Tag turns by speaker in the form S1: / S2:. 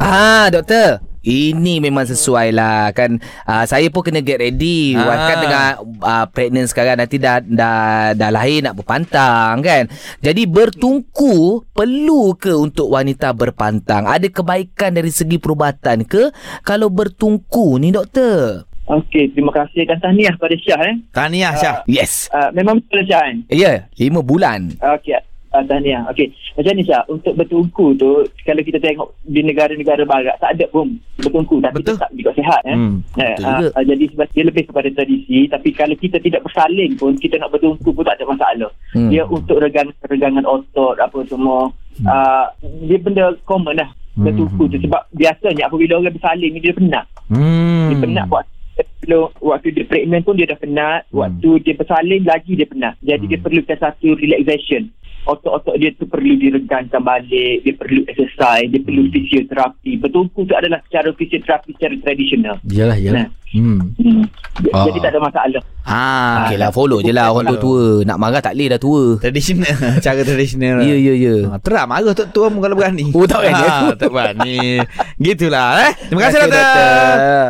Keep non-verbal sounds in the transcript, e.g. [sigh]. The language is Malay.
S1: Ah, doktor. Ini memang sesuai lah kan uh, Saya pun kena get ready
S2: Ah.
S1: ah. Kan tengah uh, pregnant sekarang Nanti dah, dah, dah lahir nak berpantang kan Jadi bertungku Perlu ke untuk wanita berpantang Ada kebaikan dari segi perubatan ke Kalau bertungku ni doktor
S3: Okey, terima kasih dan tahniah pada Syah eh.
S2: Tahniah Syah.
S1: Yes
S3: Uh, memang betul Syah kan?
S1: Ya, yeah, 5 bulan
S3: Okey, uh, tahniah. Okey, macam ni Syah, untuk bertungku tu, kalau kita tengok di negara-negara barat, tak ada pun bertungku tapi
S2: Betul.
S3: betul. tetap juga sihat eh.
S2: Hmm.
S3: Eh,
S1: betul
S3: ah,
S1: juga.
S3: ah, jadi sebab dia lebih kepada tradisi tapi kalau kita tidak bersaling pun kita nak bertungku pun tak ada masalah
S1: Hmm.
S3: dia untuk regangan regangan otot apa semua ah, dia benda common lah
S2: Hmm.
S3: bertungku tu sebab biasanya apabila orang bersaling ni dia penat
S2: Hmm.
S3: dia penat waktu Belum, waktu dia pregnant pun dia dah penat
S2: Hmm.
S3: waktu dia bersalin lagi dia penat jadi dia
S2: Hmm.
S3: perlukan satu relaxation otot-otot dia tu perlu diregangkan balik dia perlu exercise dia perlu
S2: Hmm.
S3: fisioterapi bertungku tu adalah secara fisioterapi secara tradisional
S2: Yalah, yalah.
S3: Nah.
S2: Hmm.
S3: hmm.
S2: Ah.
S3: jadi tak ada masalah
S2: Ah,
S1: Okay lah, follow je lah orang tua-tua Nak marah tak boleh dah tua
S2: Tradisional [laughs] Cara tradisional
S1: Ya, ya, ya
S2: Ha, terang marah Tok Tuam kalau berani Ah,
S1: Oh, tak berani.
S2: [laughs] ha, Tak berani Gitulah eh Terima kasih Doktor
S1: doktor.